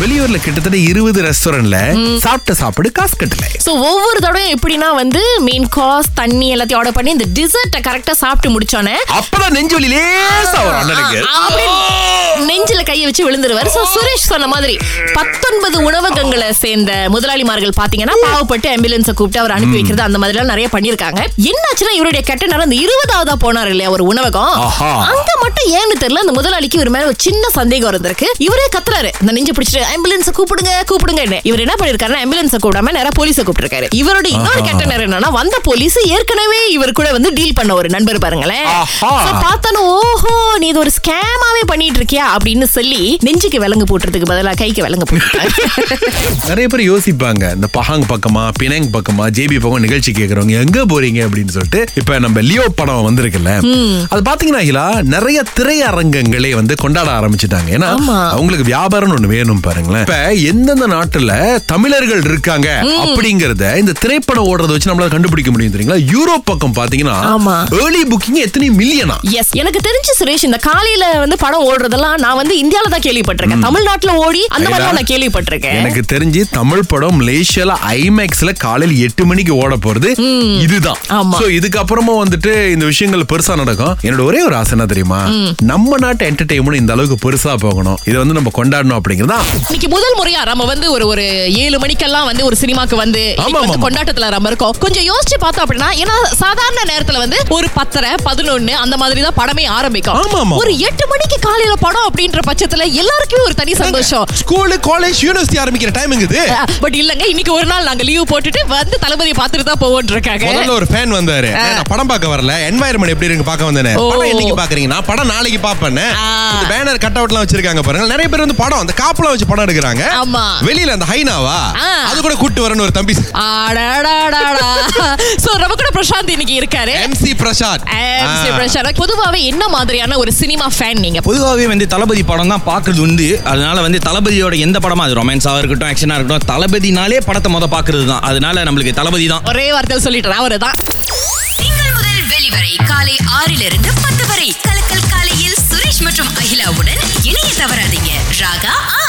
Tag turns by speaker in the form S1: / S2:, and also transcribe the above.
S1: வெளியூர்ல கிட்டத்தட்ட இருபது ரெஸ்டாரண்ட்ல சாப்பிட்ட சாப்பாடு காசு கட்டல
S2: ஸோ ஒவ்வொரு தடவையும் எப்படின்னா வந்து மெயின் காஸ் தண்ணி எல்லாத்தையும் ஆர்டர் பண்ணி இந்த டெசர்ட்டை கரெக்டாக சாப்பிட்டு முடிச்சோன்னே
S1: அப்பதான் நெஞ்சு வலி லேசா ஒரு அண்ணனுக்கு
S2: அப்படியே நெஞ்சில கையை வச்சு விழுந்துருவாரு So, சுரேஷ் சொன்ன மாதிரி பத்தொன்பது உணவகங்களை சேர்ந்த முதலாளிமார்கள் பாத்தீங்கன்னா பாவப்பட்டு ஆம்புலன்ஸை கூப்பிட்டு அவர் அனுப்பி வைக்கிறது அந்த மாதிரி எல்லாம் நிறைய பண்ணிருக்காங்க என்னாச்சுன்னா இவருடைய கெட்ட நேரம் அந்த இருபதாவதா போனார் இல்லையா ஒரு உணவகம்
S1: ஆஹா.
S2: அங்க மட்டும் ஏன்னு தெரியல அந்த முதலாளிக்கு இவர் மேல ஒரு சின்ன சந்தேகம் இருந்திருக்கு இவரே கத்துறாரு அந்த நெஞ்சு பிடிச்சிட்டு ஆம்புலன்ஸை கூப்பிடுங்க கூப்பிடுங்கன்னு இவர் என்ன பண்ணிருக்காருன்னா ஆம்புலன்ஸை கூப்பிடாம நேரா போலீஸை கூப்பிட்டுருக்காரு இவரோட இன்னொரு கெட்ட நேரம் என்னன்னா வந்த போலீஸ் ஏற்கனவே இவர் கூட வந்து டீல் பண்ண ஒரு நண்பர் பாருங்களேன்
S1: ஆஹா.
S2: So, பார்த்தானு ஓஹோ நீ இது ஒரு ஸ்கேமாவே பண்ணிட்டு இருக்கியா அப்படின்னு சொல்லி நெஞ்சுக்கு விலங்கு போட்டுறதுக்கு பதிலா கைக்கு விலங்கு போட்டு
S1: நிறைய பேர் யோசிப்பாங்க இந்த பஹாங் பக்கமா பினாங் பக்கமா ஜேபி பக்கம் நிகழ்ச்சி கேக்குறவங்க எங்க போறீங்க அப்படின்னு சொல்லிட்டு இப்ப நம்ம லியோ படம் வந்திருக்குல்ல அது பாத்தீங்கன்னா அகிலா நிறைய திரையரங்கங்களே வந்து கொண்டாட ஆரம்பிச்சிட்டாங்க ஏன்னா
S2: ஆமா.
S1: அவங்களுக்கு வியாபாரம்னு ஒண்ணு வேணும் பாருங்களேன் இப்ப எந்தெந்த நாட்டுல தமிழர்கள் இருக்காங்க அப்படிங்கறத இந்த திரைப்படம் ஓடுறத வச்சு நம்மளால கண்டுபிடிக்க முடியும் தெரியுங்களா யூரோப் பக்கம் பாத்தீங்கன்னா
S2: ஆமா.
S1: ஏர்லி புக்கிங் எத்தனை மில்லியனா
S2: எஸ் எனக்கு தெரிஞ்சு சுரேஷ் இந்த காலையில வந்து படம் ஓடுறதெல்லாம் நான் வந்து இந்தியால தான் கேள்விப்பட்டிருக்கேன் தமிழ்நாட்டுல ஓடி அந்த மாதிரி நான் கேள்விப்பட்டிருக்கேன்
S1: எனக்கு தெரிஞ்சு தமிழ் படம் மலேசியால ஐமேக்ஸ்ல காலையில் எட்டு மணிக்கு ஓட போறது இதுதான்
S2: ஆமா.
S1: சோ இதுக்கப்புறமா வந்துட்டு இந்த விஷயங்கள் பெருசா நடக்கும் என்னோட ஒரே ஒரு ஆசை என்ன தெரியுமா நம்ம நாட்டு என்டர்டைன்மெண்ட் இந்த அளவுக்கு பெருசா போகணும் இதை வந்து நம்ம கொண்டாடணும் அப்படிங்கிறதா
S2: இன்னைக்கு முதல் முறையா நம்ம வந்து ஒரு ஒரு ஏழு மணிக்கெல்லாம் வந்து ஒரு சினிமாக்கு வந்து இன்னைக்கு
S1: ஆமா,
S2: வந்து
S1: ஆமா.
S2: கொண்டாட்டத்துல நம்ம இருக்கோம் கொஞ்சம் யோசிச்சு பார்த்தோம் அப்படின்னா ஏன்னா சாதாரண நேரத்துல வந்து ஒரு பத்தரை பதினொன்னு அந்த மாதிரி தான் படமே
S1: ஆமா,
S2: ஆரம்பிக்கும்
S1: ஆமா.
S2: ஒரு எட்டு மணிக்கு காலையில படம் அப்படின்ற பட்சத்துல எல்லாருக்குமே ஒரு தனி சந்தோஷம்
S1: ஸ்கூல் காலேஜ் யூனிவர்சிட்டி ஆரம்பிக்கிற டைம் இருக்குது
S2: பட் இல்லங்க இன்னைக்கு ஒரு நாள் நாங்க லீவ் போட்டுட்டு வந்து தளபதி பாத்துட்டு தான் போவோம் இருக்காங்க
S3: முதல்ல ஒரு ஃபேன் வந்தாரு "அண்ணே, நான் படம் பார்க்க வரல என்வாயர்மெண்ட் எப்படி இருக்கு பார்க்க வந்தேன்
S2: ஓ.
S3: படம் என்னைக்கு பாக்குறீங்க நான் படம் நாளைக்கு பாப்பேன்னு
S2: ஆ.
S3: இந்த பேனர் கட் அவுட்லாம் வச்சிருக்காங்க பாருங்க நிறைய பேர் வந்து படம் அந்த காப்புலாம் வச்சு படம் எடுக்கிறாங்க
S2: ஆமா.
S3: வெளியில அந்த ஹைனாவா
S2: ஆ.
S3: அது கூட கூட்டு வரேன்னு ஒரு தம்பி
S2: ஆடாடாடாடா சோ நம்ம கூட பிரசாந்த் இன்னைக்கு இருக்காரு
S3: எம்சி பிரசாத்
S2: MC
S1: Ah.
S3: ஆ.
S2: பிரசாந்த். பொதுவாவே என்ன மாதிரியான ஒரு சினிமா ஃபேன் நீங்க
S4: பொதுவாகவே வந்து தளபதி படம் தான் பார்க்கறது உண்டு அதனால வந்து தளபதியோட எந்த படமா அது ரொமான்ஸாக இருக்கட்டும் ஆக்ஷனாக இருக்கட்டும் தளபதினாலே படத்தை முத பார்க்கறது தான் அதனால நம்மளுக்கு தளபதி தான்
S2: ஒரே வார்த்தையில் சொல்லிட்டு அவர்தான்
S5: திங்கள் முதல் வெளிவரை காலை ஆறிலிருந்து பத்து வரை கலக்கல் காலையில் சுரேஷ் மற்றும் அகிலாவுடன் இணைய தவறாதீங்க ராகா